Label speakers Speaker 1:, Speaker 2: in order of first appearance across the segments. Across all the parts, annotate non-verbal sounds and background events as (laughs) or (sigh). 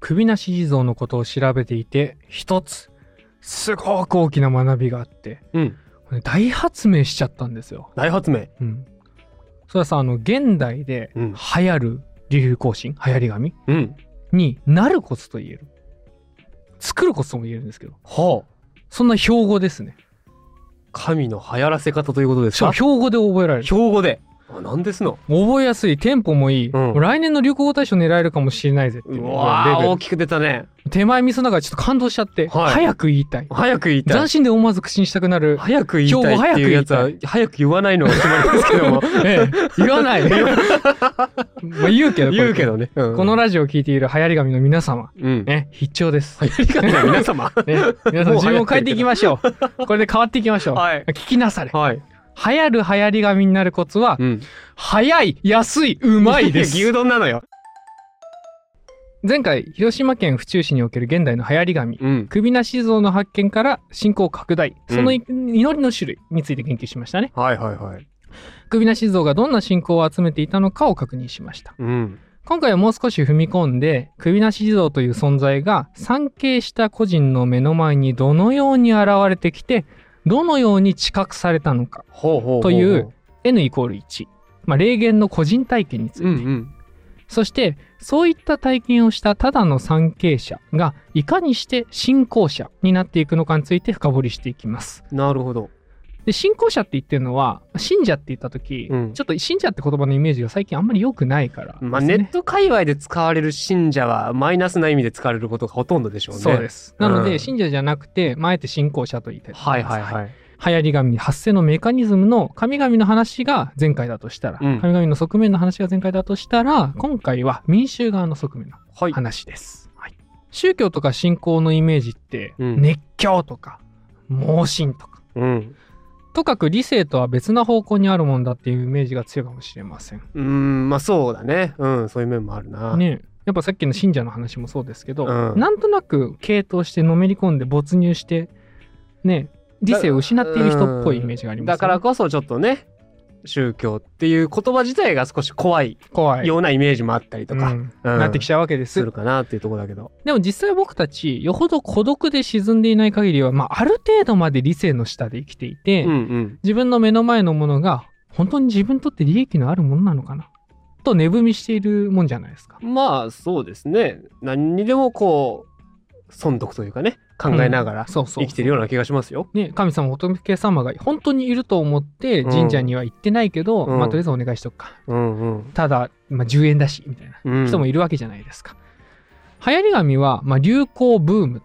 Speaker 1: 首なし地蔵のことを調べていて一つすごく大きな学びがあって
Speaker 2: うん。
Speaker 1: これ大発明しちゃったんですよ。
Speaker 2: 大発明。
Speaker 1: うん、それはさあの現代で
Speaker 2: う
Speaker 1: 流
Speaker 2: ん
Speaker 1: 行る流行神、流行り紙
Speaker 2: うん。
Speaker 1: になるコツと言える作るコツとも言えるんですけど
Speaker 2: はあ。
Speaker 1: そんな標語ですね
Speaker 2: 神の流行らせ方ということで
Speaker 1: し
Speaker 2: す
Speaker 1: かも
Speaker 2: か
Speaker 1: 標語で覚えられる
Speaker 2: 標語で。あ、なんですの
Speaker 1: 覚えやすいテンポもいい、
Speaker 2: うん
Speaker 1: もう来年の流行語大賞狙えるかもしれないぜっていうう
Speaker 2: わ
Speaker 1: レ
Speaker 2: ー
Speaker 1: ベ
Speaker 2: 大きく出たね。
Speaker 1: ル手前味噌ながらちょっと感動しちゃって、
Speaker 2: はい
Speaker 1: 早く言いたい
Speaker 2: 早く言いた
Speaker 1: 斬
Speaker 2: い。
Speaker 1: 新で思わず口にしたくなる
Speaker 2: 早く言いたいっていうやつは
Speaker 1: 標、
Speaker 2: 早く言わないのが決まりですけども。
Speaker 1: ええ言わないまあ (laughs) 言うけどこれ
Speaker 2: (laughs) 言うけどね。うん
Speaker 1: このラジオを聞いている流行り紙の皆様
Speaker 2: うん。
Speaker 1: ね必聴です
Speaker 2: 流行り神の皆 (laughs) 様。
Speaker 1: ね、皆さん自分を変えていきましょう。これで変わっていきましょう。
Speaker 2: はい
Speaker 1: 聞きなされ。
Speaker 2: はい。
Speaker 1: 流行る流行り紙になるコツは、
Speaker 2: うん。
Speaker 1: 早い、安い、うまいです。
Speaker 2: や (laughs) 牛丼なのよ。
Speaker 1: 前回、広島県府中市における現代の流行り紙、
Speaker 2: うん。
Speaker 1: 首なし像の発見から信仰拡大、
Speaker 2: うん
Speaker 1: そのい祈りの種類について研究しましたね。
Speaker 2: はいはいはい。
Speaker 1: 首なし像がどんな信仰を集めていたのかを確認しました。
Speaker 2: うん。
Speaker 1: 今回はもう少し踏み込んで、首なし地蔵という存在が、参詣した個人の目の前にどのように現れてきて、どのように知覚されたのか、
Speaker 2: ほうほうほうほう。
Speaker 1: という N イコール1、まあ、霊言の個人体験について、
Speaker 2: うんうん。
Speaker 1: そしてそういった体験をしたただの参詣者がいかにして信仰者になっていくのかについて深掘りしていきます。
Speaker 2: なるほど。
Speaker 1: で信仰者って言ってるのは信者って言った時、
Speaker 2: うん
Speaker 1: ちょっと信者って言葉のイメージが最近あんまり良くないからですね、
Speaker 2: まあ、ネット界隈で使われる信者はマイナスな意味で使われることがほとんどでしょうね。。
Speaker 1: そうですす。なので、
Speaker 2: うん
Speaker 1: 信者じゃなくて、まあ、あえて信仰者と言いたいと思
Speaker 2: はい
Speaker 1: ます
Speaker 2: はいはい。
Speaker 1: 流行り神発生のメカニズムの神々の話が前回だとしたら、
Speaker 2: うん
Speaker 1: 神々の側面の話が前回だとしたら今回は民衆側の側面の
Speaker 2: はい。
Speaker 1: 話です、はい宗教とか信仰のイメージって、
Speaker 2: うん
Speaker 1: 熱狂とか盲信とか
Speaker 2: うん。
Speaker 1: とかく理性とは別な方向にあるもんだっていうイメージが強いかもしれません
Speaker 2: うーん、まあそうだね。うん、そういう面もあるな。
Speaker 1: ねえやっぱさっきの信者の話もそうですけど、
Speaker 2: うん
Speaker 1: なんとなく傾倒してのめり込んで没入してね理性を失っている人っぽいイメージがあります、ね、
Speaker 2: だからこそちょっとね、宗教っていう言葉自体が少し怖い
Speaker 1: 怖い
Speaker 2: ようなイメージもあったりとか、
Speaker 1: うん
Speaker 2: うん
Speaker 1: なってきちゃうわけですす
Speaker 2: るかなっていうところだけど。
Speaker 1: でも実際僕たちよほど孤独で沈んでいない限りは、まあ、ある程度まで理性の下で生きていて、
Speaker 2: うんうん。
Speaker 1: 自分の目の前のものが本当に自分にとって利益のあるものなのかなと値踏みしているもんじゃないですか。
Speaker 2: まあそうですね。何にでもこう、損得というかね、考えなが
Speaker 1: うん
Speaker 2: ら
Speaker 1: そうそう
Speaker 2: 生きてるような気がしますよ。
Speaker 1: ね、神様仏様が本当にいると思って神社には行ってないけど、
Speaker 2: うん
Speaker 1: まあ、とりあえずお願いしとくか
Speaker 2: うんうん。
Speaker 1: ただ、まあ、10円だしみたいな
Speaker 2: うん、
Speaker 1: 人も
Speaker 2: い
Speaker 1: いるわけじゃないですか。流行り紙は、まあ、流行ブーム、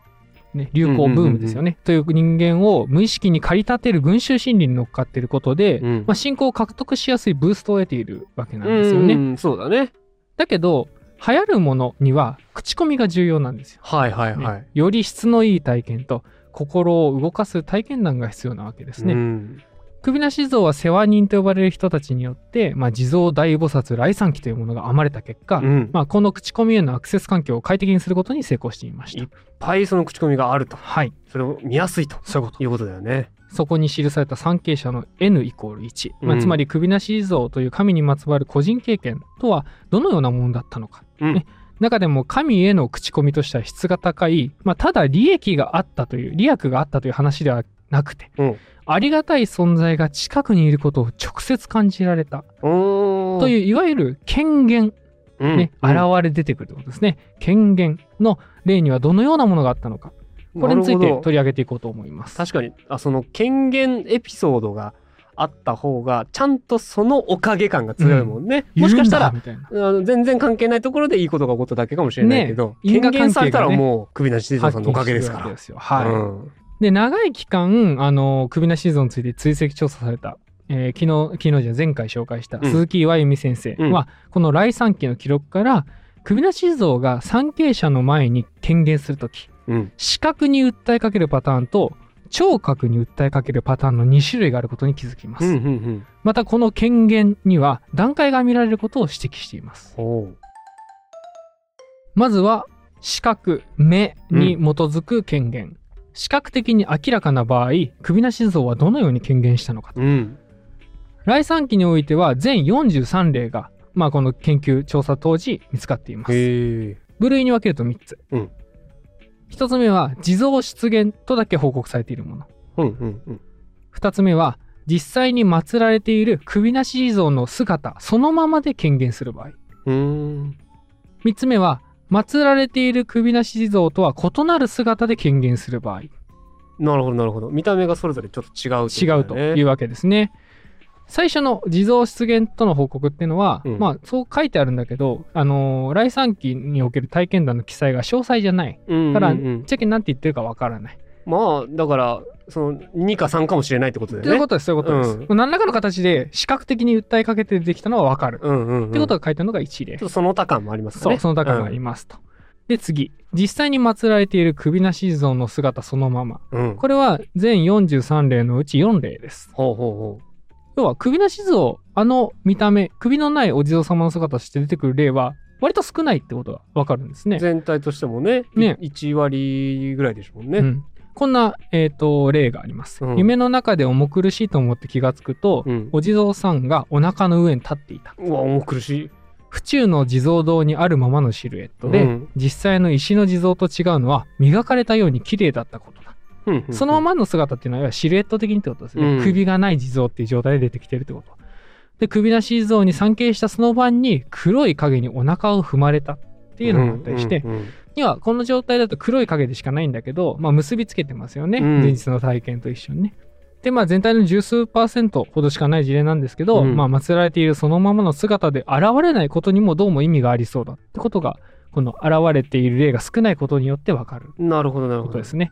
Speaker 1: ね、流行ブームですよね、という人間を無意識に駆り立てる群衆心理に乗っかっていることで、
Speaker 2: うん
Speaker 1: まあ、信仰を獲得しやすいブーストを得ているわけなんですよね。
Speaker 2: うんうんそうだね。
Speaker 1: だけど流行るものには口コミが重要なんですよ。
Speaker 2: はいはい
Speaker 1: ね
Speaker 2: はい。
Speaker 1: より質のいい体験と心を動かす体験談が必要なわけですね。
Speaker 2: うん
Speaker 1: 首なし像は世話人と呼ばれる人たちによって、まあ、地蔵大菩薩来産期というものが編まれた結果、
Speaker 2: うん
Speaker 1: まあ、この口コミへのアクセス環境を快適にすることに成功していまし
Speaker 2: い
Speaker 1: た
Speaker 2: っ。ぱいその口コミがあると。
Speaker 1: はい、
Speaker 2: それを見やすいと
Speaker 1: そういうこと。
Speaker 2: いうことだよね。
Speaker 1: そこに記された参詣者の N イコール1、ま
Speaker 2: う
Speaker 1: あ、
Speaker 2: ん
Speaker 1: つまり首なし地蔵という神にまつわる個人経験とはどのようなものだったのか。
Speaker 2: うん
Speaker 1: ね中でも神への口コミとしては質が高い、まあ、ただ利益があったという、利益があったという話ではなくて、
Speaker 2: うん
Speaker 1: ありがたい存在が近くにいることを直接感じられた
Speaker 2: お
Speaker 1: と
Speaker 2: う
Speaker 1: いう、いわゆる権限、
Speaker 2: ん、
Speaker 1: ね、現れ出てくるということですね。権限の例にはどのようなものがあったのか、
Speaker 2: うん
Speaker 1: これについ
Speaker 2: な
Speaker 1: て
Speaker 2: るほど
Speaker 1: 取り上げていこうと思います。
Speaker 2: 確かにあその権限エピソードがあった方がちゃんとそのおかげ感が強いもんね、もしかしたら
Speaker 1: いるんだみたいな。
Speaker 2: あの全然関係ないところでいいことが起こっただけかもしれないけど、
Speaker 1: ね因果
Speaker 2: 権
Speaker 1: 関係がね
Speaker 2: 限されたらもう首なし地蔵さんのおかげですか
Speaker 1: 発
Speaker 2: ら
Speaker 1: 見。するわけですよはい。
Speaker 2: うん
Speaker 1: で長い期間あの首なシーズンについて追跡調査された。えー昨日昨日じゃ前回紹介した
Speaker 2: ん
Speaker 1: 鈴木岩由美先生は、この来産期の記録から首なし像が参詣者の前に権限するとき
Speaker 2: うん
Speaker 1: 視覚に訴えかけるパターンと聴覚に訴えかけるパターンの2種類があることに気づきます、
Speaker 2: うんうんうん
Speaker 1: またこの権限には段階が見られることを指摘しています
Speaker 2: おう
Speaker 1: まずは視覚目に基づく権限、視覚的に明らかな場合首なし像はどのように権限したのかと
Speaker 2: うん
Speaker 1: 来産期においては全43例が、まあ、この研究調査当時見つかっています
Speaker 2: へえ
Speaker 1: 部類に分けると3つ。
Speaker 2: うん
Speaker 1: 1つ目は、地蔵出現とだけ報告されているもの。
Speaker 2: うんうんうん。
Speaker 1: 2つ目は、実際に祀られている首なし地蔵の姿そのままで権限する場合。
Speaker 2: うーん。
Speaker 1: 3つ目は、祀られている首なし地蔵とは異なる姿で権限する場合。
Speaker 2: なるほどなるほど。見た目がそれぞれちょっと違う
Speaker 1: 違うという
Speaker 2: う。
Speaker 1: わけですね。最初の地蔵出現との報告っていうのは、
Speaker 2: うん
Speaker 1: まあそう書いてあるんだけど、あのー来産期における体験談の記載が詳細じゃない。
Speaker 2: うん
Speaker 1: だ
Speaker 2: う
Speaker 1: から、
Speaker 2: んうん
Speaker 1: ぶっちゃけ何て言ってるかわからない。
Speaker 2: まあだからその2か3かもしれないってことだ
Speaker 1: という
Speaker 2: よね
Speaker 1: こ。とです、そういうことです。何らかの形で視覚的に訴えかけてできたのはわかる。
Speaker 2: うんうんうん。
Speaker 1: ってこと
Speaker 2: は
Speaker 1: が書いてあるのが一例
Speaker 2: ちょ。っとその他感もありますか
Speaker 1: そ
Speaker 2: ね。
Speaker 1: う、その高がありますと。で、次。実際に祀られている首なし地蔵の姿そのまま。
Speaker 2: うん。うん。
Speaker 1: これは全43例のうち4例です。
Speaker 2: ほうほ
Speaker 1: 要は首なし図をあの見た目首のないお地蔵様の姿として出てくる例は割と少ないってことがわかるんです
Speaker 2: うほう。
Speaker 1: ね。
Speaker 2: 全体としてもね、
Speaker 1: ね
Speaker 2: 1割ぐらいでしょう
Speaker 1: う
Speaker 2: ね。
Speaker 1: ん、こんな、えー、と例があります、
Speaker 2: うん
Speaker 1: 夢の中で重苦しいと思って気がつくと、
Speaker 2: うん。
Speaker 1: お地蔵さんがお腹の上に立っていた
Speaker 2: うわ、重苦しい。
Speaker 1: 府中の地蔵堂にあるままのシルエットで、
Speaker 2: うん
Speaker 1: 実際の石の地蔵と違うのは磨かれたように綺麗だったことだ、そのま
Speaker 2: ま
Speaker 1: まの姿っていうのは要はシルエット的にってことですね、
Speaker 2: うん
Speaker 1: 首がない地蔵っていう状態で出てきてるってことで首なし地蔵に参詣したその晩に黒い影にお腹を踏まれたっていうのがあったりして、
Speaker 2: うんうんうん
Speaker 1: 要はこの状態だと黒い影でしかないんだけど、まあ、結びつけてますよね、
Speaker 2: うん
Speaker 1: 前日の体験と一緒にねでまあ全体の十数パーセントほどしかない事例なんですけど、
Speaker 2: うん
Speaker 1: まあ祀られているそのままの姿で現れないことにもどうも意味がありそうだってことがこの現れている例が少ないことによってわかる
Speaker 2: なるほどなる
Speaker 1: こ
Speaker 2: ほ
Speaker 1: と
Speaker 2: ど
Speaker 1: で。すね。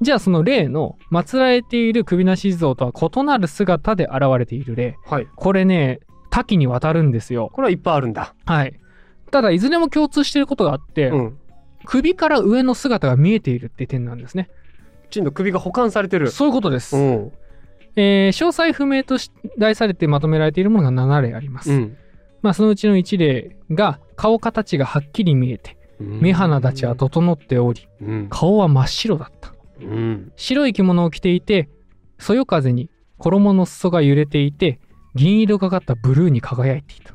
Speaker 1: じゃあその例の祀られている首なし地蔵とは異なる姿で現れている例
Speaker 2: はい。
Speaker 1: これね多岐にわたるんですよ。
Speaker 2: これはいっぱいあるんだ。
Speaker 1: はい。ただいずれも共通していることがあって、
Speaker 2: うん。
Speaker 1: 首から上の姿が見えているって点なんですね。
Speaker 2: ちんと首が保管されてる。
Speaker 1: そういうことです。
Speaker 2: うん。
Speaker 1: えー詳細不明とし題されてまとめられているものが7例あります。
Speaker 2: うん。
Speaker 1: まあそのうちの1例が顔形がはっきり見えて目鼻立ちは整っており
Speaker 2: うん。
Speaker 1: 顔は真っ白だった。 (laughs)
Speaker 2: うん。
Speaker 1: 白い着物を着ていてそよ風に衣の裾が揺れていて銀色がかったブルーに輝いていた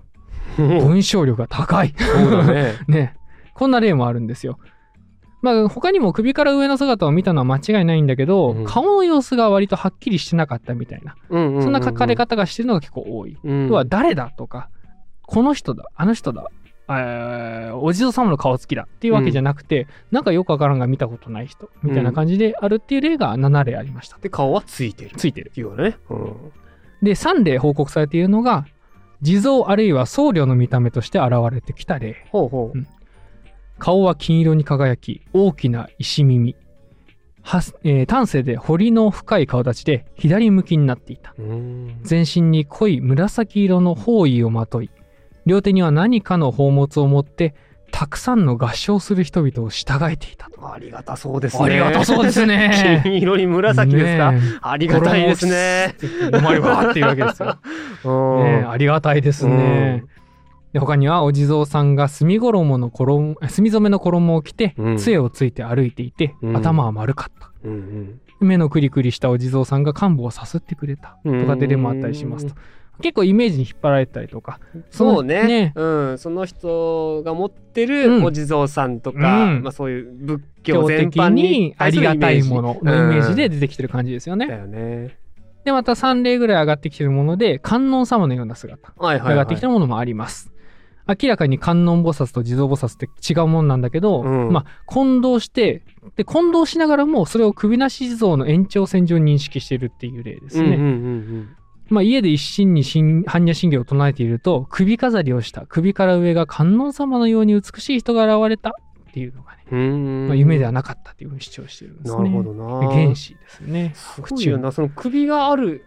Speaker 2: そう
Speaker 1: 文章力が高い
Speaker 2: だね。
Speaker 1: ねこんな例もあるんですよまあ他にも首から上の姿を見たのは間違いないんだけど、
Speaker 2: うん
Speaker 1: 顔の様子が割とはっきりしてなかったみたいな
Speaker 2: うんう
Speaker 1: そんな書かれ
Speaker 2: が
Speaker 1: 方がしてるのが結構多い、
Speaker 2: うん
Speaker 1: 要は誰だとかこの人だあの人だえーお地蔵様の顔つきだっていうわけじゃなくて、なんかよくわからんが見たことない人みたいな感じであるっていう例が7例ありました、
Speaker 2: で顔はついてる。
Speaker 1: ついてる
Speaker 2: っていうね。うん。
Speaker 1: で3例報告されているのが地蔵あるいは僧侶の見た目として現れてきた例
Speaker 2: ほうほ
Speaker 1: うん顔は金色に輝き大きな石耳はすえー端正で彫りの深い顔立ちで左向きになっていた
Speaker 2: う。うん。
Speaker 1: 全身に濃い紫色の包囲をまとい両手には何かの宝物を持ってたくさんの合唱する人々を従えていたと
Speaker 2: ありがたそうですね。
Speaker 1: ありがたそうです
Speaker 2: (laughs)
Speaker 1: ね
Speaker 2: 金色に紫ですか、
Speaker 1: ね
Speaker 2: あ
Speaker 1: え
Speaker 2: りがたいですね。
Speaker 1: 衣を着て飲まればっていうわけですよ
Speaker 2: うん
Speaker 1: ねえ、ありがたいですね。で他にはお地蔵さんが墨衣の衣墨染めの衣を着て、
Speaker 2: うん
Speaker 1: 杖をついて歩いていて、
Speaker 2: うん
Speaker 1: 頭は丸かった
Speaker 2: うんうん
Speaker 1: 目のクリクリしたお地蔵さんが幹部をさすってくれた
Speaker 2: うん
Speaker 1: とかって例もあったりしますと結構イメージに引っ張られたりとか
Speaker 2: そうね
Speaker 1: ね
Speaker 2: うん、その人が持って
Speaker 1: うん
Speaker 2: るお地蔵さんとか、
Speaker 1: うん
Speaker 2: まあ、そういう仏
Speaker 1: 強
Speaker 2: 教全
Speaker 1: 的
Speaker 2: 般
Speaker 1: に
Speaker 2: に
Speaker 1: あ
Speaker 2: 対す
Speaker 1: り
Speaker 2: る
Speaker 1: がたいも
Speaker 2: イメー
Speaker 1: の
Speaker 2: ジ
Speaker 1: のイメージで出てきてる感じですよ
Speaker 2: ジだ
Speaker 1: ね。
Speaker 2: よね。
Speaker 1: でまた3例ぐらい上がってきてるもので観音様のような姿
Speaker 2: はいはい、
Speaker 1: 上が
Speaker 2: は
Speaker 1: ってき
Speaker 2: い。
Speaker 1: たものもあります。明らかに観音菩薩と地蔵菩薩って違うもんなんだけど、
Speaker 2: うん
Speaker 1: まあ混同してで混同しながらもそれを首なし地蔵の延長線上に認識してるっていう例ですね。
Speaker 2: うんうんうん
Speaker 1: まあ、家で一心に心般若心経を唱えていると首飾りをした首から上が観音様のように美しい人が現れたっていうのがね、
Speaker 2: うんうん
Speaker 1: まあ、夢ではなかったっていうふうに主張してるんです
Speaker 2: な
Speaker 1: ね。
Speaker 2: るほどな。
Speaker 1: 原始ですね。
Speaker 2: すごいよなその首がある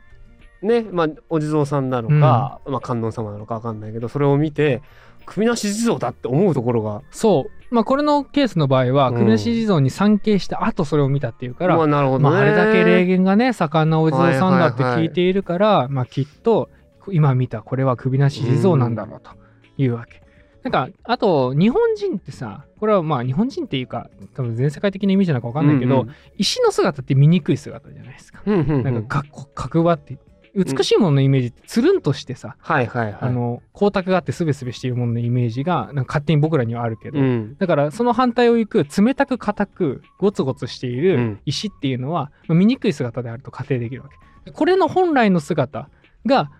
Speaker 2: ね、まあ、お地蔵さんなのか、まあ、観音様なのかわかんないけどそれを見て首なし地蔵だって思うところが
Speaker 1: そう。まあこれのケースの場合は
Speaker 2: うん
Speaker 1: 首なし地蔵に参詣した後それを見たっていうから、
Speaker 2: まあ、なるほど、ね
Speaker 1: まあ、あれだけ霊言がね盛んなお地蔵さんだって聞いているから、まあ、きっと今見たこれは首なし地蔵なんだろうというわけ。なんかあと日本人ってさこれはまあ日本人っていうか多分全世界的な意味じゃなく分かんないけど、
Speaker 2: うん
Speaker 1: 石の姿って醜い姿じゃないですか。
Speaker 2: うんうんうん
Speaker 1: なんかかっこ角張って美しいもののイメージってつるんとしてさ、
Speaker 2: はいはいはい。
Speaker 1: あの光沢があってすべすべしているもののイメージがなんか勝手に僕らにはあるけど、
Speaker 2: うん、
Speaker 1: だからその反対を行く冷たく硬くゴツゴツしていうる
Speaker 2: ん
Speaker 1: 石っていうのは、まあ醜い姿であると仮定できるわけこれの本来の姿が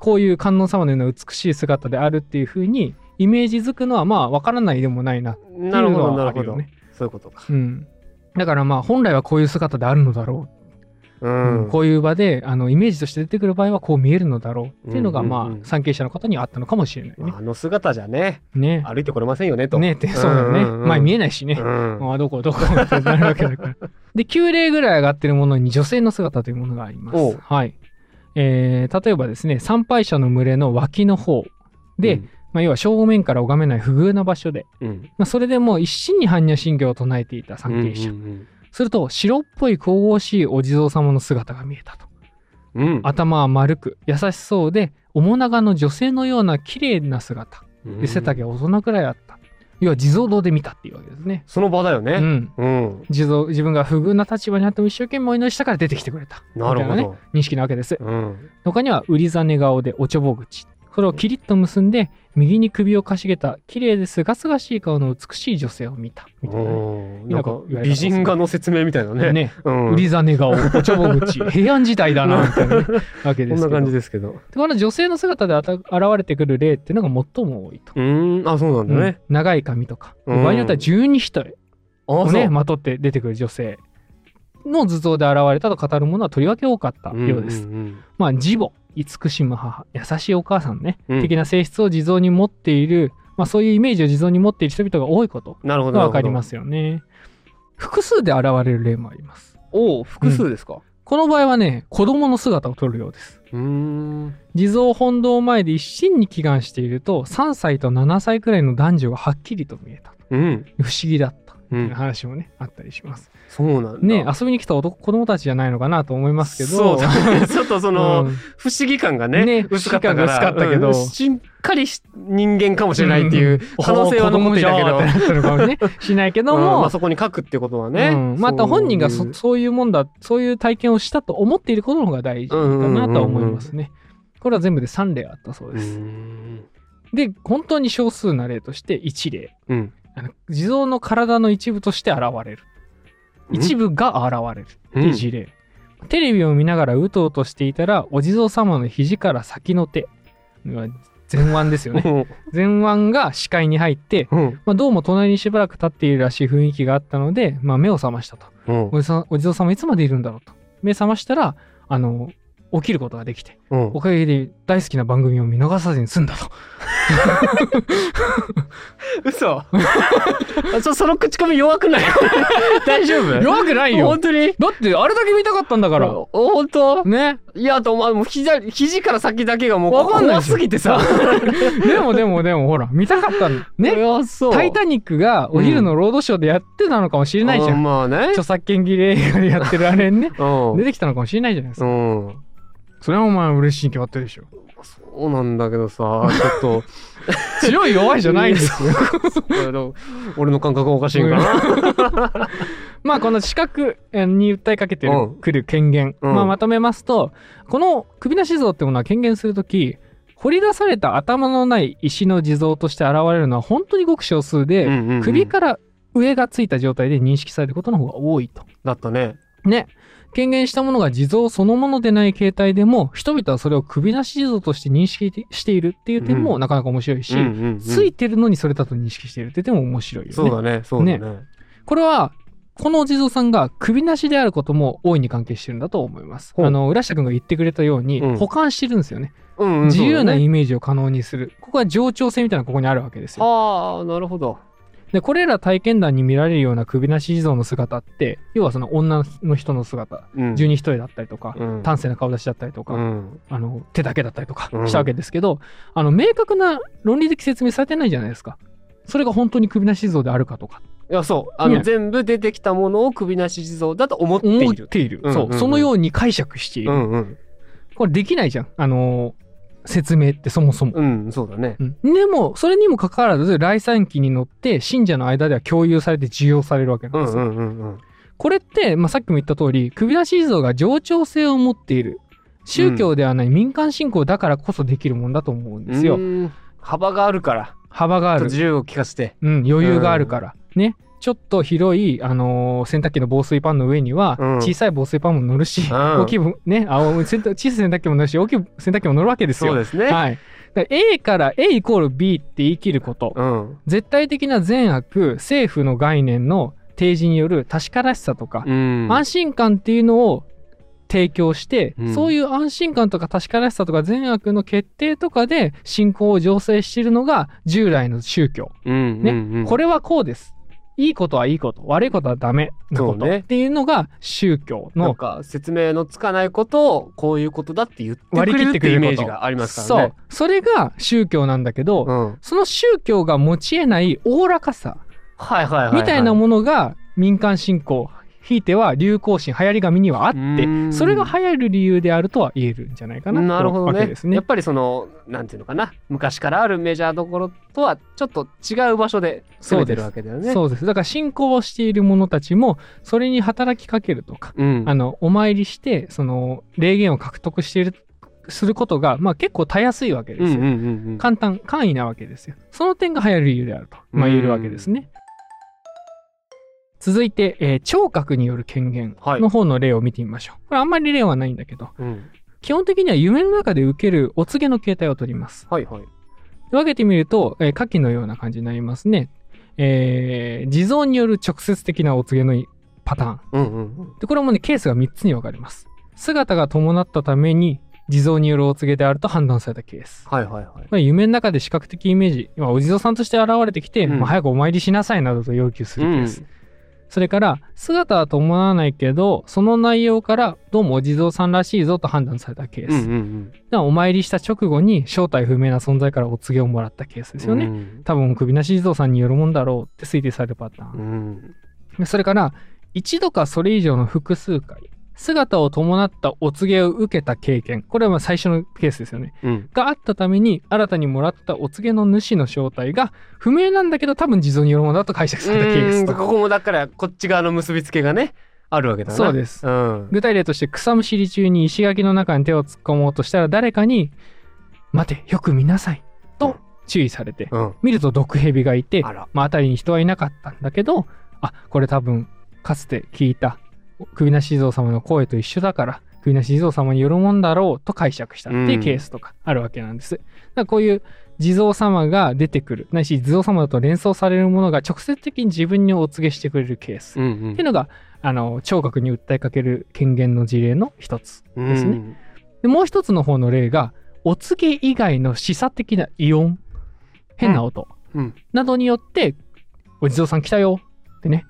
Speaker 1: こういう観音様のような美しい姿であるっていうふうにイメージづくのはまあ分からないでもないなっていう
Speaker 2: なるほど
Speaker 1: の
Speaker 2: な
Speaker 1: はある
Speaker 2: るほど
Speaker 1: よね。
Speaker 2: そういうことか。
Speaker 1: うん、だからまあ本来はこういう姿であるのだろ
Speaker 2: う
Speaker 1: う、うん
Speaker 2: ん。
Speaker 1: こういう場であのイメージとして出てくる場合はこう見えるのだろうっていうのが
Speaker 2: うんうん
Speaker 1: まあ、
Speaker 2: うん
Speaker 1: 参詣者の方にはあったのかもしれないね
Speaker 2: まあ。あの姿じゃね、
Speaker 1: ね
Speaker 2: 歩いてこれませんよねと。
Speaker 1: ねってそうだよね、
Speaker 2: うんうんうん
Speaker 1: 前見えないしね。
Speaker 2: うん。
Speaker 1: あどこ (laughs) どこってなるわけだから。で、9例ぐらい上がってるものに女性の姿というものがありま
Speaker 2: お
Speaker 1: す
Speaker 2: う。
Speaker 1: はい。えー例えばですね、参拝者の群れの脇の方で、まあ、要は正面から拝めない不遇な場所で、
Speaker 2: うん、うん。
Speaker 1: まあ、それでもう一心に般若心経を唱えていた参詣者。
Speaker 2: うん
Speaker 1: すると、白っぽい神々しいお地蔵様の姿が見えたと。
Speaker 2: うんうん。
Speaker 1: 頭は丸く、優しそうで、面長の女性のような綺麗な姿。
Speaker 2: うん
Speaker 1: で、背丈は大人くらいあった。要は地蔵堂で見たっていうわけですね。
Speaker 2: その場だよ
Speaker 1: う
Speaker 2: ね。
Speaker 1: ん。
Speaker 2: うん。
Speaker 1: 自動自分が不遇な立場にあっても一生懸命お祈りしたから出てきてくれた
Speaker 2: な
Speaker 1: み
Speaker 2: るほ
Speaker 1: たいなね
Speaker 2: ど。
Speaker 1: 認識なわけです
Speaker 2: うん。
Speaker 1: 他には売りざね顔でおちょぼ口それをキリッと結んで右に首をかしげた綺麗ですがすがしい顔の美しい女性を見たみたいなね
Speaker 2: うんなん
Speaker 1: なん
Speaker 2: か
Speaker 1: か言われた
Speaker 2: 美人画の説明みたいなね。
Speaker 1: ね、
Speaker 2: うん。
Speaker 1: 売りざね顔おちょぼ口平安時代だなみたいなね、わけ
Speaker 2: こ
Speaker 1: で
Speaker 2: ん
Speaker 1: す
Speaker 2: (laughs)
Speaker 1: け
Speaker 2: な
Speaker 1: ど
Speaker 2: 感じですけど。
Speaker 1: でこの女性の姿であた現れてくる例っていうのが最も多いと、
Speaker 2: うーん。あ、そうなんだね。
Speaker 1: うん長い髪とか、
Speaker 2: うん
Speaker 1: 場合によっては十二人
Speaker 2: あ、
Speaker 1: を
Speaker 2: そう
Speaker 1: ね。まとって出てくる女性の図像で現れたと語るものはとりわけ多かったようです、
Speaker 2: んん
Speaker 1: まあ、慈母、慈しむ母、優しいお母さんね、
Speaker 2: うん
Speaker 1: 的な性質を地蔵に持っている、まあ、そういうイメージを地蔵に持っている人々が多いこと
Speaker 2: うんなるほど。。
Speaker 1: がわかりますすよね。複数で現れる例もあります。
Speaker 2: おお、複数ですか。
Speaker 1: この場合はね、子供の姿を撮るようです。
Speaker 2: うーん。
Speaker 1: 地蔵本堂前で一心に祈願していると、3歳と7歳くらいの男女がはっきりと見えた。
Speaker 2: うん。
Speaker 1: 不思議だった。
Speaker 2: う。
Speaker 1: というん話もね、あったりします。
Speaker 2: そうなんだ。
Speaker 1: ね、遊びに来た男子供たちじゃないのかなと思いますけ (laughs) ど。
Speaker 2: そう (laughs) だね。ちょっとその、
Speaker 1: うん
Speaker 2: 不思議感がね、
Speaker 1: ね
Speaker 2: 薄かったから。
Speaker 1: 不思議感が薄かったけど
Speaker 2: うんしっかりし人間かもしれないってい
Speaker 1: ん
Speaker 2: う (laughs) 可能性は残っていたけど。
Speaker 1: おー子供じゃんってなったのかもねしないけど
Speaker 2: うんま
Speaker 1: も
Speaker 2: あ、、そこに書くってことは
Speaker 1: う
Speaker 2: ね
Speaker 1: ん。また本人がそ
Speaker 2: そういう
Speaker 1: そういうもんだそういう体験をしたと思っていることの方が大事だなとは思いますね。これは全部で3例あったそう
Speaker 2: う
Speaker 1: です。
Speaker 2: ん
Speaker 1: で本当に少数な例として1例
Speaker 2: うん。
Speaker 1: あの地蔵の体の一部として現れる一
Speaker 2: 部
Speaker 1: 部が現れるっていう事例、テレビを見ながらうとうとしていたらお地蔵様の肘から先の手まあ前腕です
Speaker 2: (laughs)
Speaker 1: よね前腕が視界に入って
Speaker 2: うん。
Speaker 1: まあ、どうも隣にしばらく立っているらしい雰囲気があったので、まあ、目を覚ましたと
Speaker 2: うん。
Speaker 1: おじさんお地蔵様いつまでいるんだろうと目覚ましたらあの起きることができて
Speaker 2: うん
Speaker 1: お。かげで大好きな番組を見逃さずに済んだと
Speaker 2: 嘘 (laughs) あそその口コミ弱くない (laughs) 大丈夫
Speaker 1: 弱くないよ
Speaker 2: 本当に
Speaker 1: だってあれだけ見たかったんだから
Speaker 2: お本当
Speaker 1: ね (laughs)
Speaker 2: いや、と、まあ、もう膝、肘から先だけがもう
Speaker 1: わかんないで
Speaker 2: 怖
Speaker 1: しょ
Speaker 2: すぎてさ。
Speaker 1: でもでもでもほら見たかったんだ
Speaker 2: い
Speaker 1: ね
Speaker 2: や、そう。
Speaker 1: タイタニックがお昼のロードショーでやってたのかもしれないじゃ
Speaker 2: あ
Speaker 1: ん、
Speaker 2: まあね。
Speaker 1: 著作権切れ映画でやってるあれに (laughs) ね
Speaker 2: うん。
Speaker 1: 出てきたのかもしれないじゃないですか
Speaker 2: うん。
Speaker 1: それはお前嬉しいに決まってるでしょ
Speaker 2: そうなんだけ
Speaker 1: (laughs)
Speaker 2: どさ、ちょっ
Speaker 1: 強い弱いじゃないん
Speaker 2: (laughs)
Speaker 1: ですよ
Speaker 2: と、俺の俺の感覚がおかしいんかな。
Speaker 1: まあこの資格に訴えかけて
Speaker 2: うん
Speaker 1: くる権限、
Speaker 2: うん
Speaker 1: まあ、まとめますとこの首なし像ってものは権限するとき掘り出された頭のない石の地蔵として現れるのは本当にごく少数で、
Speaker 2: うんうんうん
Speaker 1: 首から上がついた状態で認識されることの方が多いと。
Speaker 2: だったね。
Speaker 1: ね。権限したものが地蔵そのものでない形態でも人々はそれを首なし地蔵として認識しているっていう点もなかなか面白いし、
Speaker 2: うんうんうん
Speaker 1: ついてるのにそれだと認識しているって点も面白いよね。
Speaker 2: そうだね、そうだね。
Speaker 1: これは、このお地蔵さんが首なしであることも大いに関係してるんだと思います。
Speaker 2: ほう
Speaker 1: あの、浦下君が言ってくれたように、
Speaker 2: うん
Speaker 1: 保管してるんですよね。
Speaker 2: うんうん
Speaker 1: 自由な
Speaker 2: そう
Speaker 1: イメージを可能にする。ここは冗長性みたいなのがここにあるわけです
Speaker 2: だね
Speaker 1: よ。
Speaker 2: ああ、なるほど。
Speaker 1: で、これら体験談に見られるような首なし地蔵の姿って、要はその女の人の姿、
Speaker 2: うん
Speaker 1: 十二人だったりとか、
Speaker 2: うん
Speaker 1: 端正な顔立ちだったりとか、
Speaker 2: うん
Speaker 1: あの、手だけだったりとか
Speaker 2: うん
Speaker 1: したわけですけど、あの、明確な論理的説明されてないじゃないですか。それが本当に首なし地蔵であるかとか。
Speaker 2: いや、そう。あの、
Speaker 1: ね
Speaker 2: 全部出てきたものを首なし地蔵だと思って
Speaker 1: 思
Speaker 2: い
Speaker 1: っ
Speaker 2: る。
Speaker 1: ている、
Speaker 2: うん
Speaker 1: そううん
Speaker 2: うん
Speaker 1: そのように解釈している、
Speaker 2: うんうん。
Speaker 1: これできないじゃんあのー説明ってそもそも、
Speaker 2: うん、そうだね。
Speaker 1: うんでもそれにもかかわらず来産期に乗って信者の間では共有されて需要されるわけな
Speaker 2: うんん
Speaker 1: ですよ、
Speaker 2: うんうんうん。
Speaker 1: これって、まあ、さっきも言った通り首なし地蔵が冗長性を持っている宗教ではない民間信仰だからこそできるもんだと思うんですよ。
Speaker 2: うん幅があるから
Speaker 1: 幅があ
Speaker 2: ちょっ
Speaker 1: る、
Speaker 2: と自由を利かせて
Speaker 1: うん、余裕があるから、ねちょっと広い、あのー洗濯機の防水パンの上には
Speaker 2: うん
Speaker 1: 小さい防水パンも乗るし、
Speaker 2: ん
Speaker 1: 大きいぶ、ね、あお洗濯小さい洗濯機も乗るし大きい洗濯機も乗るわけです
Speaker 2: そう
Speaker 1: よ。
Speaker 2: ですね、
Speaker 1: はい、だから A から A イコール B って言い切ること、
Speaker 2: うん
Speaker 1: 絶対的な善悪政府の概念の提示による確からしさとか、
Speaker 2: うん
Speaker 1: 安心感っていうのを提供して、
Speaker 2: うん
Speaker 1: そういう安心感とか確からしさとか善悪の決定とかで信仰を醸成しているのが従来の宗教、
Speaker 2: うん
Speaker 1: ね
Speaker 2: うんうん
Speaker 1: これはこうですいいことはいいこと悪いことはダメなこ
Speaker 2: そ
Speaker 1: と、
Speaker 2: うね
Speaker 1: っていうのが宗教
Speaker 2: なん
Speaker 1: の
Speaker 2: か説明のつかないことをこういうことだって言ってく
Speaker 1: 割り切
Speaker 2: れる
Speaker 1: っ
Speaker 2: ってて
Speaker 1: く
Speaker 2: いう
Speaker 1: れ
Speaker 2: イ
Speaker 1: る
Speaker 2: メ
Speaker 1: こと
Speaker 2: ージがありますか
Speaker 1: そ
Speaker 2: ら
Speaker 1: う
Speaker 2: ね。
Speaker 1: それが宗教なんだけど、
Speaker 2: うん
Speaker 1: その宗教が持ち得ないおおらかさ
Speaker 2: はいはいはいはい
Speaker 1: みたいなものが民間信仰ひいては流行心流行り紙にはあっ
Speaker 2: う
Speaker 1: て
Speaker 2: ーん
Speaker 1: それが流行る理由であるとは言えるんじゃないかな
Speaker 2: なるほど
Speaker 1: とわ
Speaker 2: ね
Speaker 1: けです
Speaker 2: や
Speaker 1: ね
Speaker 2: っ。ぱりそのなんていうのかな昔からあるメジャーどころとはちょっと違う場所で攻めてるわけだよね。
Speaker 1: そうですだから信仰をしている者たちもそれに働きかけるとか、
Speaker 2: うん
Speaker 1: あのお参りしてその霊言を獲得しているすることが、まあ、結構たやすいわけです
Speaker 2: う
Speaker 1: よ。
Speaker 2: んうんうんうん
Speaker 1: 簡単簡易なわけですよその点が流行る理由であると、まあ、言えるわけですね続いて、えー聴覚による権限の方の例を見てみましょう、これあんまり例はないんだけど
Speaker 2: うん
Speaker 1: 基本的には夢の中で受けるお告げの形態を取ります
Speaker 2: はいはい。
Speaker 1: 分けてみると、えー下記のような感じになりますねえー地蔵による直接的なお告げのパターン
Speaker 2: うんうんうん
Speaker 1: でこれもねケースが3つに分かれます姿が伴ったために地蔵によるお告げであると判断されたケース
Speaker 2: はいはいはい。
Speaker 1: まあ、夢の中で視覚的イメージ、まあ、お地蔵さんとして現れてきて、
Speaker 2: うん
Speaker 1: まあ、早くお参りしなさいなどと要求するケース、
Speaker 2: うん
Speaker 1: それから姿は伴わないけどその内容からどうもお地蔵さんらしいぞと判断されたケース、
Speaker 2: う
Speaker 1: だ
Speaker 2: んう
Speaker 1: か
Speaker 2: ん
Speaker 1: らお参りした直後に正体不明な存在からお告げをもらったケース
Speaker 2: で
Speaker 1: ですよね、多分首なし地蔵さんによるもんだろうって推定されるパターン、
Speaker 2: うん
Speaker 1: でそれから一度かそれ以上の複数回姿を伴ったお告げを受けた経験これはまあ最初のケースですよね
Speaker 2: うん
Speaker 1: があったために新たにもらったお告げの主の正体が不明なんだけど多分地蔵によるものだと解釈されたケース
Speaker 2: うん
Speaker 1: と
Speaker 2: ここもだからこっち側の結びつけがねあるわけだな
Speaker 1: そうです
Speaker 2: うん
Speaker 1: 具体例として草むしり中に石垣の中に手を突っ込もうとしたら誰かに「待てよく見なさい」と注意されて
Speaker 2: うん
Speaker 1: 見ると毒蛇がいて
Speaker 2: あら
Speaker 1: まあ、辺りに人はいなかったんだけどあこれ多分かつて聞いた首なし地蔵様の声と一緒だから首なし地蔵様によるもんだろうと解釈したっていうケースとかあるわけなんです。だからこういう地蔵様が出てくるないし地蔵様だと連想されるものが直接的に自分にお告げしてくれるケース、
Speaker 2: うん
Speaker 1: っていうのがあの聴覚に訴えかける権限の事例の一つ。
Speaker 2: うん
Speaker 1: ですねでもう一つの方の例がお告げ以外の示唆的な異音変な音。
Speaker 2: うん
Speaker 1: などによって、お地蔵さん来たよってね、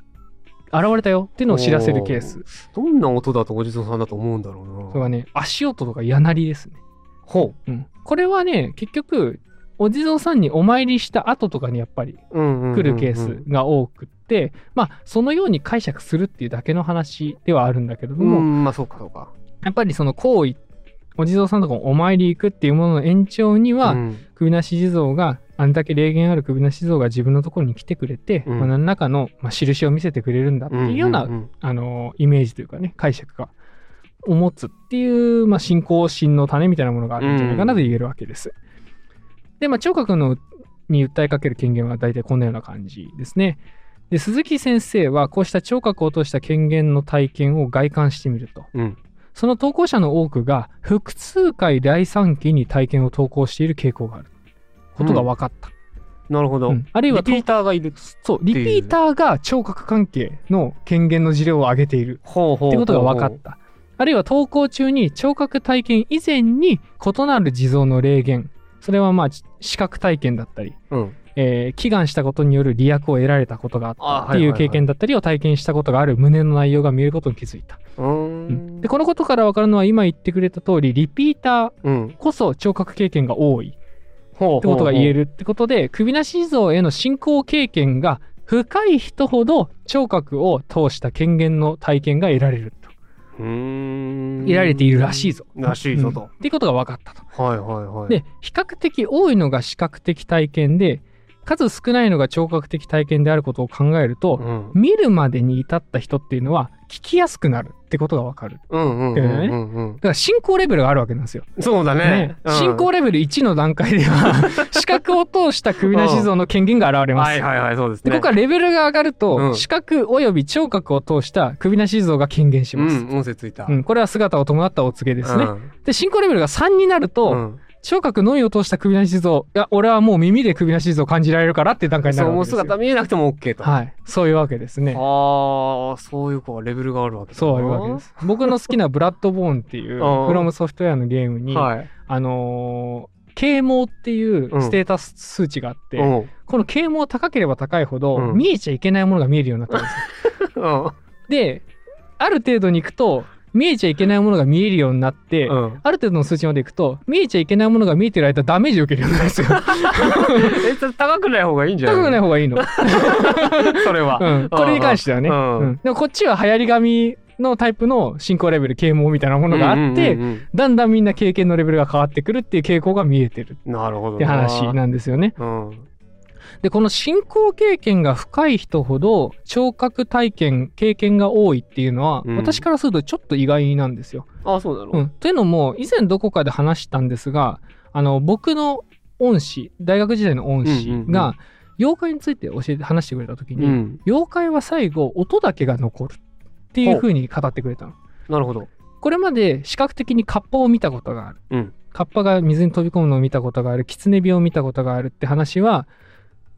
Speaker 1: 現れたよっていうのを知らせるケース。
Speaker 2: どんな音だとお地蔵さんだと思うんだろうな
Speaker 1: それはね、足音とか矢鳴りですね。
Speaker 2: ほ
Speaker 1: うん。これはね、結局、お地蔵さんにお参りした後とかにやっぱり
Speaker 2: ううんうんうんうん
Speaker 1: 来るケースが多くって、まあ、そのように解釈するっていうだけの話ではあるんだけれど
Speaker 2: う
Speaker 1: も、
Speaker 2: んまあそうかそうか
Speaker 1: やっぱりその行為、お地蔵さんとかお参り行くっていうものの延長には、
Speaker 2: うん
Speaker 1: 首なし地蔵があんだけ霊言ある首なし地蔵が自分のところに来てくれて、
Speaker 2: うん
Speaker 1: まあ、何らかの、まあ、印を見せてくれるんだっていうような、
Speaker 2: んんん
Speaker 1: あのイメージというかね解釈がを持つっていう、まあ、信仰心の種みたいなものがあるんじゃないかなと言えるわけです。で、まあ、聴覚のに訴えかける権限は大体こんなような感じですね。で鈴木先生はこうした聴覚を通した権限の体験を外観してみると、
Speaker 2: うん
Speaker 1: その投稿者の多くが複数回第三期に体験を投稿している傾向があることが分かった、
Speaker 2: なるほど、
Speaker 1: うんあるいは
Speaker 2: リ
Speaker 1: と
Speaker 2: ピーターがいる
Speaker 1: そうリピーターが聴覚関係の権限の事例を挙げている
Speaker 2: ほうほうほう
Speaker 1: ってことが分かった。あるいは投稿中に聴覚体験以前に異なる地蔵の霊言それはまあち視覚体験だったり、
Speaker 2: うん
Speaker 1: えー祈願したことによる利益を得られたことがあ
Speaker 2: あ
Speaker 1: っ
Speaker 2: は
Speaker 1: た
Speaker 2: い
Speaker 1: っていう
Speaker 2: はいはい
Speaker 1: 経験だったりを体験したことがある胸の内容が見えることに気づいた、
Speaker 2: うー
Speaker 1: うん
Speaker 2: ん
Speaker 1: でこのことから分かるのは今言ってくれた通りリピーター
Speaker 2: うん
Speaker 1: こそ聴覚経験が多いっ
Speaker 2: ほうほうほう
Speaker 1: てことが言えるってことで首なし地蔵への信仰経験が深い人ほど聴覚を通した権限の体験が得られると
Speaker 2: うーん
Speaker 1: 得られているらしいぞ。
Speaker 2: らしいぞ
Speaker 1: うん
Speaker 2: と
Speaker 1: っ、ていうことが分かったと。
Speaker 2: はいはいはい
Speaker 1: で比較的多いのが視覚的体験で数少ないのが聴覚的体験であることを考えると、
Speaker 2: うん
Speaker 1: 見るまでに至った人っていうのは聞きやすくなるってことがわかる。だ
Speaker 2: うんうんうんうんうん
Speaker 1: から進行レベルがあるわけなんですよ。
Speaker 2: そうだね
Speaker 1: ね。
Speaker 2: うん
Speaker 1: 進行レベル1の段階では
Speaker 2: (laughs)
Speaker 1: 視覚を通した首なし像の権限が現れます。
Speaker 2: はいはいはい、そうです
Speaker 1: で
Speaker 2: ね。
Speaker 1: ここからレベルが上がると、
Speaker 2: うん
Speaker 1: 視覚及び聴覚を通した首なし像が権限します、
Speaker 2: うん、音声ついた。
Speaker 1: うんこれは姿を伴ったお告げですね。
Speaker 2: うん
Speaker 1: で進行レベルが3になると、
Speaker 2: うん
Speaker 1: 聴覚のみを通した首なし像いや俺はもう耳で首なし像を感じられるからっていう段階にな
Speaker 2: そう、
Speaker 1: る
Speaker 2: も
Speaker 1: わ
Speaker 2: う
Speaker 1: けですよ
Speaker 2: 姿見えなくても OK と。あ
Speaker 1: はい、そういうわけですね。
Speaker 2: あ、そういうこうレベルがあるわけだな
Speaker 1: そういうわけです。僕の好きな「ブラッドボーン」っていう
Speaker 2: ああ
Speaker 1: フロムソフトウェアのゲームに、
Speaker 2: はい。
Speaker 1: あのー啓蒙っていうステータス数値があって、
Speaker 2: うん。
Speaker 1: この啓蒙高ければ高いほど、
Speaker 2: うん
Speaker 1: 見えちゃいけないものが見えるようになったん
Speaker 2: (laughs)
Speaker 1: ですよ。である程度に行くと見えちゃいけないものが見えるようになって、
Speaker 2: うん。
Speaker 1: ある程度の数値までいくと見えちゃいけないものが見えてる間ダメージを受けるようになるんですよ。
Speaker 2: え、それ高くない方がいいんじゃない
Speaker 1: 高くない方がいいの。
Speaker 2: それは。
Speaker 1: うん、これに関してはね、
Speaker 2: う
Speaker 1: うんんでもこっちは流行り紙のタイプの進行レベル啓蒙みたいなものがあって、
Speaker 2: うんうんうん
Speaker 1: だんだんみんな経験のレベルが変わってくるっていう傾向が見えてる
Speaker 2: うんなるほど。
Speaker 1: って話なんですよね。
Speaker 2: うん。
Speaker 1: でこの進行経験が深い人ほど聴覚体験経験が多いっていうのは、
Speaker 2: うん
Speaker 1: 私からするとちょっと意外なんですよ。
Speaker 2: あ、そうなの
Speaker 1: うん、というのも以前どこかで話したんですがあの僕の恩師大学時代の恩師
Speaker 2: うんうんうん
Speaker 1: が妖怪について教えて話してくれた時に、
Speaker 2: うん。
Speaker 1: 妖怪は最後音だけが残るっていう風に語ってくれたの。
Speaker 2: なるほど。
Speaker 1: これまで視覚的にカッパを見たことがある、
Speaker 2: うん
Speaker 1: カッパが水に飛び込むのを見たことがあるキツネビを見たことがあるって話は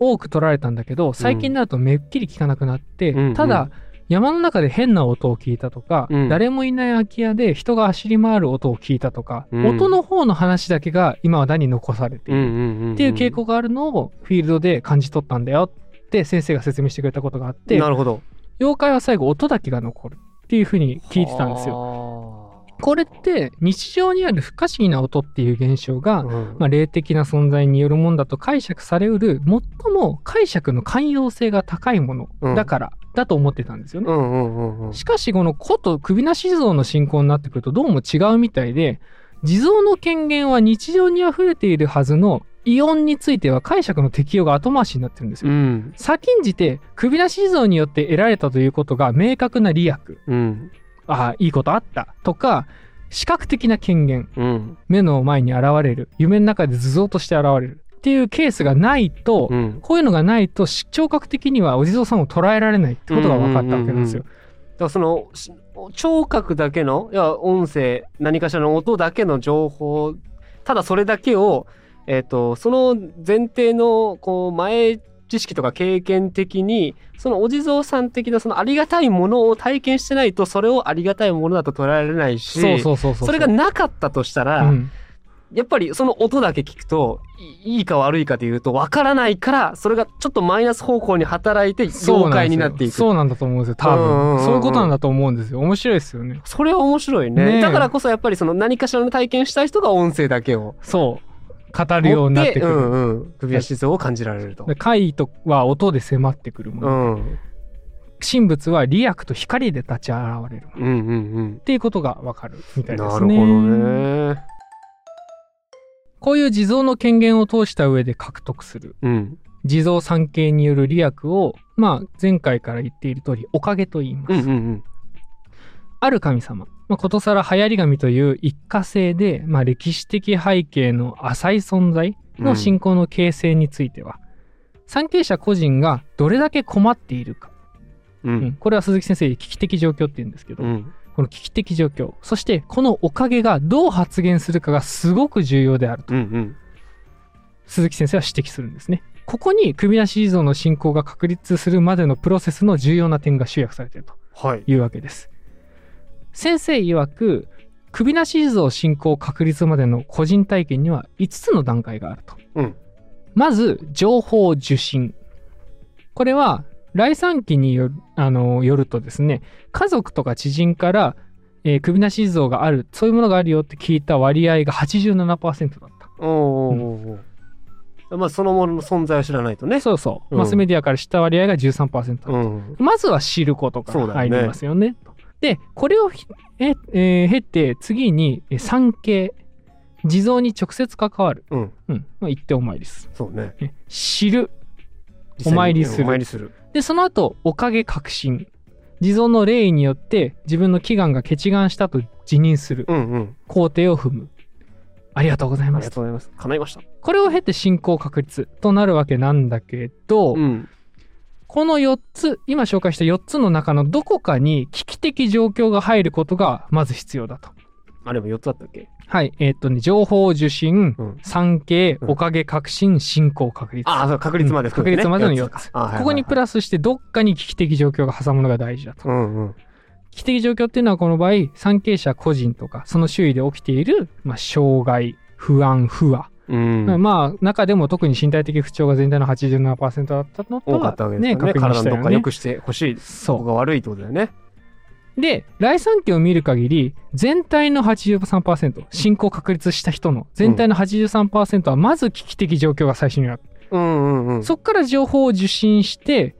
Speaker 1: 多く取られたんだけど最近になるとめっきり聞かなくなって、
Speaker 2: うん
Speaker 1: た
Speaker 2: うん
Speaker 1: だ山の中で変な音を聞いたとか、
Speaker 2: うん
Speaker 1: 誰もいない空き家で人が走り回る音を聞いたとか、
Speaker 2: うん
Speaker 1: 音の方の話だけが今はだに残されている、
Speaker 2: ん
Speaker 1: っていう傾向があるのをフィールドで感じ取ったんだよって先生が説明してくれたことがあって
Speaker 2: なるほど。
Speaker 1: 妖怪は最後音だけが残るっていうふうに聞いてたんですよ。
Speaker 2: よ。
Speaker 1: これって日常にある不可思議な音っていう現象が、
Speaker 2: うん
Speaker 1: まあ、霊的な存在によるもんだと解釈されうる最も解釈の寛容性が高いも
Speaker 2: うん
Speaker 1: のだからだと思ってたんですよね。
Speaker 2: うんうんうんうん。
Speaker 1: しかしこの古と首なし地蔵の信仰になってくるとどうも違うみたいで地蔵の権限は日常に溢れているはずの異音については解釈の適用が後回しになってるんですよ。
Speaker 2: うん。
Speaker 1: 先んじて首なし地蔵によって得られたということが明確な利益
Speaker 2: うん。
Speaker 1: ああいいことあったとか視覚的な権限
Speaker 2: うん。
Speaker 1: 目の前に現れる夢の中で図像として現れるっていうケースがないと、
Speaker 2: うん。
Speaker 1: こういうのがないと視聴覚的にはお地蔵さんを捉えられないってことが分かったわけなんですよ。
Speaker 2: だからそのし聴覚だけのいや音声何かしらの音だけの情報ただそれだけを、えー、とその前提のこう前知識とか経験的にそのお地蔵さん的なそのありがたいものを体験してないとそれをありがたいものだと捉えられないし
Speaker 1: そうそうそうそう。
Speaker 2: それがなかったとしたら、
Speaker 1: うん
Speaker 2: やっぱりその音だけ聞くといいいか悪いかでいうとわからないからそれがちょっとマイナス方向に働いて
Speaker 1: そうな
Speaker 2: 妖
Speaker 1: んですよ
Speaker 2: 怪になっていく
Speaker 1: そうなんだと思うんですよ多
Speaker 2: うんうんうんう
Speaker 1: 分
Speaker 2: ん
Speaker 1: そういうことなんだと思うんですよ面白いですよね
Speaker 2: それは面白いね
Speaker 1: ねえ
Speaker 2: だからこそやっぱりその何かしらの体験したい人が音声だけを
Speaker 1: そう語るようになってくる、
Speaker 2: 持うんうん、首や思想を感じられると
Speaker 1: で。怪異とは音で迫ってくるも
Speaker 2: う
Speaker 1: の、
Speaker 2: ん、うん
Speaker 1: 神仏は利益と光で立ち現れるっ
Speaker 2: うんうん
Speaker 1: ていうことが分かるみた
Speaker 2: ない
Speaker 1: で
Speaker 2: るほ
Speaker 1: す
Speaker 2: ど
Speaker 1: ね
Speaker 2: ね。
Speaker 1: こういう地蔵の権限を通した上で獲得する
Speaker 2: うん
Speaker 1: 地蔵産経による利益を、まあ、前回から言っている通りおかげと言います、
Speaker 2: うんうんうん
Speaker 1: ある神様、まあ、ことさら流行り神という一過性で、まあ、歴史的背景の浅い存在の信仰の形成については、参詣者個人がどれだけ困っているか、
Speaker 2: う
Speaker 1: うん
Speaker 2: ん
Speaker 1: これは鈴木先生危機的状況って言うんですけど、
Speaker 2: うん
Speaker 1: この危機的状況そしてこのおかげがどう発現するかがすごく重要であると
Speaker 2: うんうん
Speaker 1: 鈴木先生は指摘するんですね。ここに首なし地蔵の信仰が確立するまでのプロセスの重要な点が集約されていると
Speaker 2: はい。
Speaker 1: いうわけです。先生曰く首なし地蔵信仰確立までの個人体験には5つの段階があると。
Speaker 2: うん
Speaker 1: まず情報受信これは来産期によるあのよるとですね家族とか知人から、えー首なし地蔵があるそういうものがあるよって聞いた割合が87%だった。
Speaker 2: おーおーおーおーまあそのものの存在を知らないとね。
Speaker 1: そうそう、
Speaker 2: うん
Speaker 1: マスメディアから知った割合が13%、
Speaker 2: うん
Speaker 1: まずは知ることから入りますよね。でこれをひえ、えー経って次にえー産経地蔵に直接関わる、
Speaker 2: うん
Speaker 1: うんまあ、一点お参りです。
Speaker 2: そうね。
Speaker 1: ね知る
Speaker 2: 実際
Speaker 1: お
Speaker 2: に
Speaker 1: 参りする
Speaker 2: お参りする。
Speaker 1: でその後おかげ確信地蔵の霊によって自分の祈願が決願したと辞任する
Speaker 2: うんうん。
Speaker 1: 工程を踏むありがとうござい
Speaker 2: あ
Speaker 1: ま
Speaker 2: り
Speaker 1: す
Speaker 2: がとうございます。叶いました。
Speaker 1: これを経て信仰確立となるわけなんだけど、
Speaker 2: うん。
Speaker 1: この4つ今紹介した4つの中のどこかに危機的状況が入ることがまず必要だと
Speaker 2: あれも4つだったっけ
Speaker 1: はいえーっとね情報受信
Speaker 2: うん。
Speaker 1: 産経
Speaker 2: うん
Speaker 1: おかげ革新信仰確立、
Speaker 2: ああ、そう、確率まで含めて、ね。
Speaker 1: 確率までの4
Speaker 2: 四
Speaker 1: つ
Speaker 2: か。あ
Speaker 1: ここにプ
Speaker 2: ラ
Speaker 1: ラスしてどっかに危機的状況が挟むのが大事だと
Speaker 2: ス。うんうん。
Speaker 1: 危機的状況っていうのはこの場合参詣者個人とかその周囲で起きている、まあ、障害不安不和、
Speaker 2: うん。
Speaker 1: まあ中でも特に身体的不調が全体の87%だったのとは
Speaker 2: 多かったわけですよね。
Speaker 1: 確認し
Speaker 2: 体
Speaker 1: たよ
Speaker 2: のど
Speaker 1: ね
Speaker 2: っか良くしてほしい。そこ
Speaker 1: そ
Speaker 2: が悪いってことだよね。
Speaker 1: うで来産期を見る限り全体の83%進行確立した人の全体の83%はまず危機的状況が最初にある、
Speaker 2: うんうんうん。
Speaker 1: そこから情報を受信して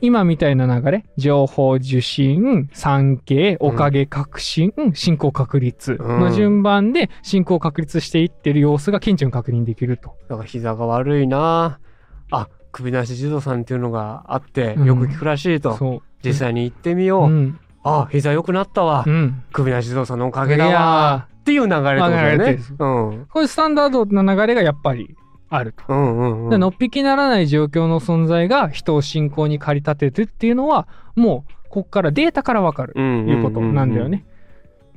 Speaker 1: 今みたいな流れ情報受信産経おかげ革新、進行確立の順番で進行確立していってる様子が顕著に確認できると。
Speaker 2: だから膝が悪いなあ、首なし地蔵さんっていうのがあって、
Speaker 1: うん
Speaker 2: よく聞くらしいと。
Speaker 1: そう
Speaker 2: 実際に行ってみよう。
Speaker 1: うん
Speaker 2: あ、膝良くなったわ。
Speaker 1: うん、
Speaker 2: 首なし地蔵さんのおかげ
Speaker 1: い
Speaker 2: だわ。
Speaker 1: やー
Speaker 2: っていう流れってことだ
Speaker 1: 流れ
Speaker 2: よね
Speaker 1: です。
Speaker 2: うん。
Speaker 1: こういうスタンダードな流れがやっぱりあると。
Speaker 2: うんうんう
Speaker 1: で
Speaker 2: ん。
Speaker 1: のっぴきならない状況の存在が人を信仰に駆り立ててるっていうのはもうこっからデータからわかる
Speaker 2: うんうんうん
Speaker 1: いうことなんだよ。ね。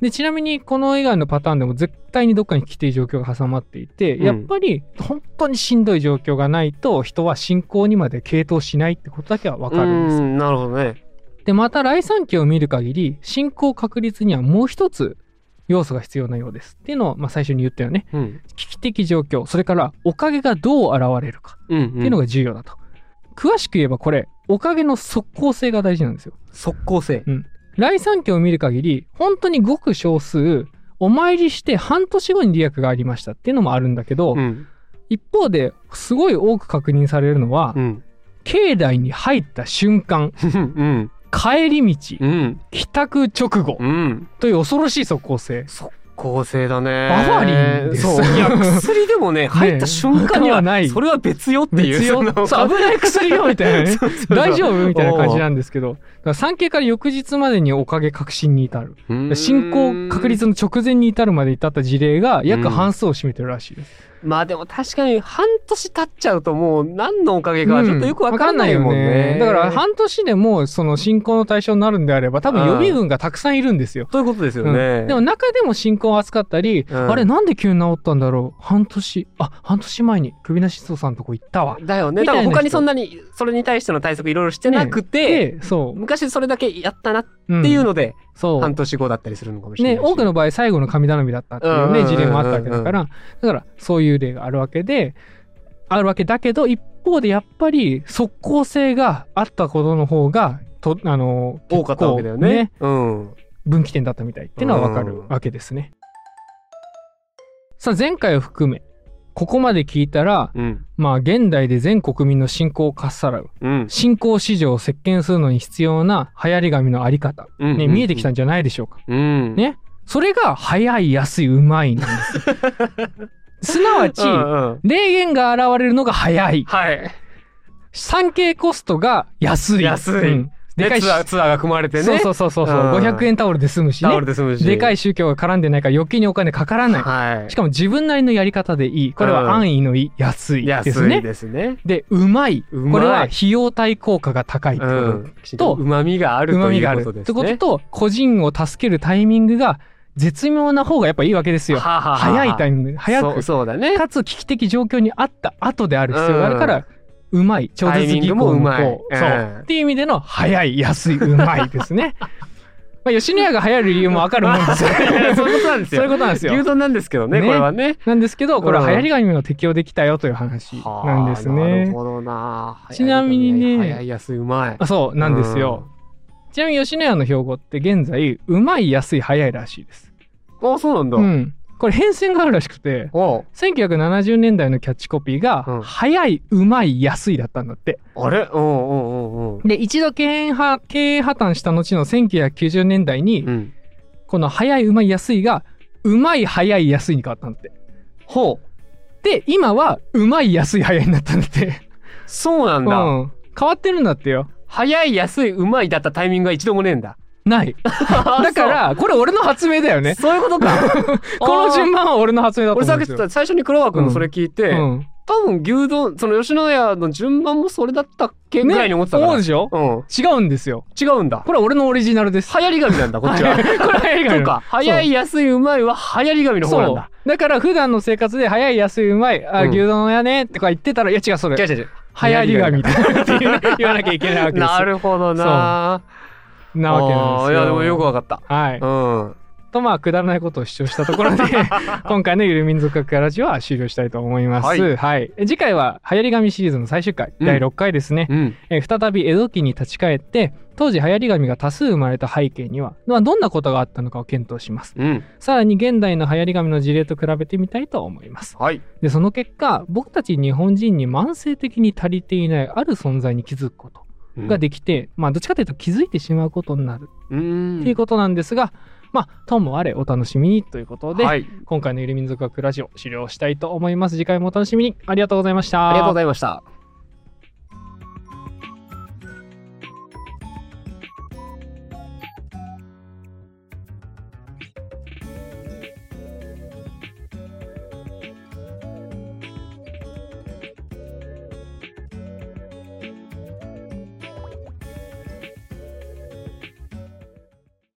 Speaker 1: でちなみにこの以外のパターンでも絶対にどっかに危機的状況が挟まっていて、
Speaker 2: うん
Speaker 1: やっぱり本当にしんどい状況がないと人は信仰にまで傾倒しないってことだけは分かるんです
Speaker 2: う
Speaker 1: よ。
Speaker 2: ん、なるほどね。
Speaker 1: でまた来産期を見る限り信仰確率にはもう一つ要素が必要なようですっていうのを、まあ、最初に言ったよね。
Speaker 2: うん。
Speaker 1: 危機的状況それからおかげがどう現れるか
Speaker 2: うん、
Speaker 1: っていうのが重要だと。詳しく言えばこれおかげの即効性が大事なんですよ。
Speaker 2: 即効性。
Speaker 1: 来産期を見る限り本当にごく少数お参りして半年後に利益がありましたっていうのもあるんだけど、
Speaker 2: うん。
Speaker 1: 一方ですごい多く確認されるのは、
Speaker 2: うん。
Speaker 1: 境内に入った瞬間
Speaker 2: うん。
Speaker 1: 帰り道、
Speaker 2: うん。
Speaker 1: 帰宅直後
Speaker 2: うん。
Speaker 1: という恐ろしい即効性
Speaker 2: 即効性だね。
Speaker 1: バファリンです
Speaker 2: そう。いや、薬でもね、入った瞬間に
Speaker 1: 他には
Speaker 2: は
Speaker 1: な
Speaker 2: ないい。それは別よっていう。
Speaker 1: 別よ
Speaker 2: その
Speaker 1: そう危ない薬よみたいなね
Speaker 2: (laughs) そうそうそう
Speaker 1: 大丈夫みたいな感じなんですけどだから産経から翌日までにおかげ確信に至る
Speaker 2: うーん
Speaker 1: 信仰確率の直前に至るまで至った事例が約半数を占めてるらしいです。
Speaker 2: まあでも確かに半年経っちゃうともう何のおかげかちょっとよくわかんないもん
Speaker 1: わかよ
Speaker 2: ね。
Speaker 1: だから半年でもうその信仰の対象になるんであれば多分予備軍がたくさんいるんですよ。
Speaker 2: ということですよ
Speaker 1: う
Speaker 2: ね。
Speaker 1: んでも中でも信仰を扱ったり、
Speaker 2: うん
Speaker 1: あれなんで急に治ったんだろう半年あ半年前に首なしそうさんとこ行ったわ。
Speaker 2: だよね。
Speaker 1: み
Speaker 2: だ
Speaker 1: たい
Speaker 2: か
Speaker 1: な人
Speaker 2: ら他にそんなにそれに対しての対策いろいろしてなくて、
Speaker 1: でそう、
Speaker 2: 昔それだけやったなっ
Speaker 1: うん
Speaker 2: ていうので、
Speaker 1: そう
Speaker 2: 半年後だったりするのかもしれ
Speaker 1: ね、
Speaker 2: ないし。
Speaker 1: 多くの場合最後の神頼みだったっていうね
Speaker 2: うん
Speaker 1: 事例もあったわけだからだからそういう例があるわけであるわけだけど一方でやっぱり即効性があったことの方がとあの
Speaker 2: 多かったわけだよね。
Speaker 1: 結構
Speaker 2: うん。
Speaker 1: 分岐点だったみたいっていうのはわかるわけですね。さあ前回を含めここまで聞いたら
Speaker 2: うん。
Speaker 1: まあ現代で全国民の信仰をかっさらう
Speaker 2: うん。
Speaker 1: 信仰市場を席巻するのに必要な流行り紙のあり方、
Speaker 2: うん
Speaker 1: ね、見えてきたんじゃないでしょうか。
Speaker 2: うん。
Speaker 1: ねそれが早い安いうまいなん
Speaker 2: (laughs)
Speaker 1: です。すなわち
Speaker 2: うんうん
Speaker 1: 霊言が現れるのが早い
Speaker 2: はい。
Speaker 1: 産経コストが安い
Speaker 2: 安い
Speaker 1: うんで
Speaker 2: で
Speaker 1: かいし
Speaker 2: ツアー、ツアーが組まれてね。
Speaker 1: そうそうそうそうそう
Speaker 2: うん
Speaker 1: 500円タオルで済むし
Speaker 2: タオ
Speaker 1: ね
Speaker 2: ルで済むし。
Speaker 1: でか
Speaker 2: い
Speaker 1: い宗教が絡んでないから余計にお金かからない、
Speaker 2: はい。
Speaker 1: しかも自分なりのやり方でいいこれ
Speaker 2: うん
Speaker 1: は安易のいい安いです
Speaker 2: 安い
Speaker 1: ね
Speaker 2: ですね。
Speaker 1: でうまいう
Speaker 2: まい
Speaker 1: これは費用対効果が高いって
Speaker 2: う
Speaker 1: こと、
Speaker 2: ん。
Speaker 1: と
Speaker 2: うまみがある
Speaker 1: うま
Speaker 2: と
Speaker 1: み
Speaker 2: い
Speaker 1: があ
Speaker 2: う
Speaker 1: る
Speaker 2: ことですね。
Speaker 1: ってことと個人を助けるタイミングが絶妙な方がやっぱいいわけですよ
Speaker 2: はあはあはあ
Speaker 1: 早いタイミングで早
Speaker 2: そう
Speaker 1: く
Speaker 2: そうだね。
Speaker 1: かつ危機的状況にあった後である必要があるから、うまい超
Speaker 2: タイ
Speaker 1: 絶
Speaker 2: ミ
Speaker 1: 技
Speaker 2: ング
Speaker 1: 巧
Speaker 2: も
Speaker 1: の
Speaker 2: うまい
Speaker 1: こ。う
Speaker 2: え
Speaker 1: そう、
Speaker 2: え
Speaker 1: っていう意味での早い安いうまいです
Speaker 2: (laughs)
Speaker 1: ねまあ吉野家が流行る理由もわかるもんですよ
Speaker 2: (laughs) (laughs) そういうことなんです
Speaker 1: そういう
Speaker 2: よ。
Speaker 1: ことなんです
Speaker 2: 牛
Speaker 1: よ
Speaker 2: 丼なんですけどね、
Speaker 1: ね
Speaker 2: これはね。
Speaker 1: なんですけどこれは流行り紙を適用できたよという話なんです
Speaker 2: はあなる
Speaker 1: ね、
Speaker 2: ほどな。
Speaker 1: ちなみにね
Speaker 2: 早い安いうまい。
Speaker 1: あそうなんですよ、ちなみに吉野家の標語って現在うまい安い早いらしいです
Speaker 2: うん。あ、そうなんだ。
Speaker 1: うんこれ変遷があるらしくて
Speaker 2: おう
Speaker 1: 1970年代のキャッチコピーが「
Speaker 2: うん
Speaker 1: 早いうまい安い」だったんだって
Speaker 2: あれうんうんうんうん。
Speaker 1: で一度経営破経営破綻した後の1990年代に、
Speaker 2: うん。
Speaker 1: この「早いうまい安い」が「うまい早い安い」に変わったんだって
Speaker 2: ほう。
Speaker 1: で今は「うまい安い早い」になったんだって
Speaker 2: そうなんだ。
Speaker 1: うん変わってるんだってよ
Speaker 2: 早い安いうまいだったタイミングは一度もねえん (laughs) だ
Speaker 1: ないだからこれ俺の発明だよ
Speaker 2: そう
Speaker 1: ね
Speaker 2: そういうことか
Speaker 1: (laughs) この順番は俺の発明だと
Speaker 2: 俺
Speaker 1: 思
Speaker 2: さ
Speaker 1: う
Speaker 2: っ
Speaker 1: んで
Speaker 2: き
Speaker 1: す
Speaker 2: 言
Speaker 1: よ
Speaker 2: った最初に黒川君のそれ聞いて、
Speaker 1: うん
Speaker 2: 多分牛丼その吉野家の順番もそれだったっけぐらいに思ってたか
Speaker 1: 思
Speaker 2: ら、
Speaker 1: うでしょ
Speaker 2: うん
Speaker 1: 違うんですよ
Speaker 2: 違うんだ
Speaker 1: これは俺のオリジナルです
Speaker 2: 流行り紙なんだこっちは
Speaker 1: (laughs) これ早いか
Speaker 2: そう
Speaker 1: ら
Speaker 2: か早い安いうまいは流行り紙の方
Speaker 1: そ
Speaker 2: なん
Speaker 1: う
Speaker 2: だ
Speaker 1: だから普段の生活で早い安いうまいあ、
Speaker 2: うん
Speaker 1: 牛丼やねとか言ってたらいや違うそれ
Speaker 2: 違
Speaker 1: 流
Speaker 2: う違う
Speaker 1: 行り紙だっていうね言わなきゃいけ (laughs) ないわけですよ
Speaker 2: なるほどな
Speaker 1: なわけなんですよ
Speaker 2: あーいやでもよくわかった
Speaker 1: はい、
Speaker 2: うん
Speaker 1: とまあくだらないことを主張したとこ
Speaker 2: (laughs)
Speaker 1: ろで今回の「ゆる民族学ラジオ」は終了したいと思います、
Speaker 2: は
Speaker 1: はいい次回は流行り紙シリーズの最終回、
Speaker 2: うん
Speaker 1: 第6回ですね、
Speaker 2: うん
Speaker 1: えー再び江戸期に立ち返って当時流行り紙が多数生まれた背景には、まあ、どんなことがあったのかを検討します
Speaker 2: うん
Speaker 1: さらに現代の流行り紙の事例と比べてみたいと思います
Speaker 2: はい
Speaker 1: でその結果僕たち日本人に慢性的に足りていないある存在に気づくことができて、まあどっちかというと気づいてしまうことになる
Speaker 2: うん
Speaker 1: っていうことなんですが、まあともあれお楽しみにということで、
Speaker 2: はい
Speaker 1: 今回のゆる民族学ラジオ終了したいと思います次回もお楽しみにありがとうございました
Speaker 2: ありがとうございました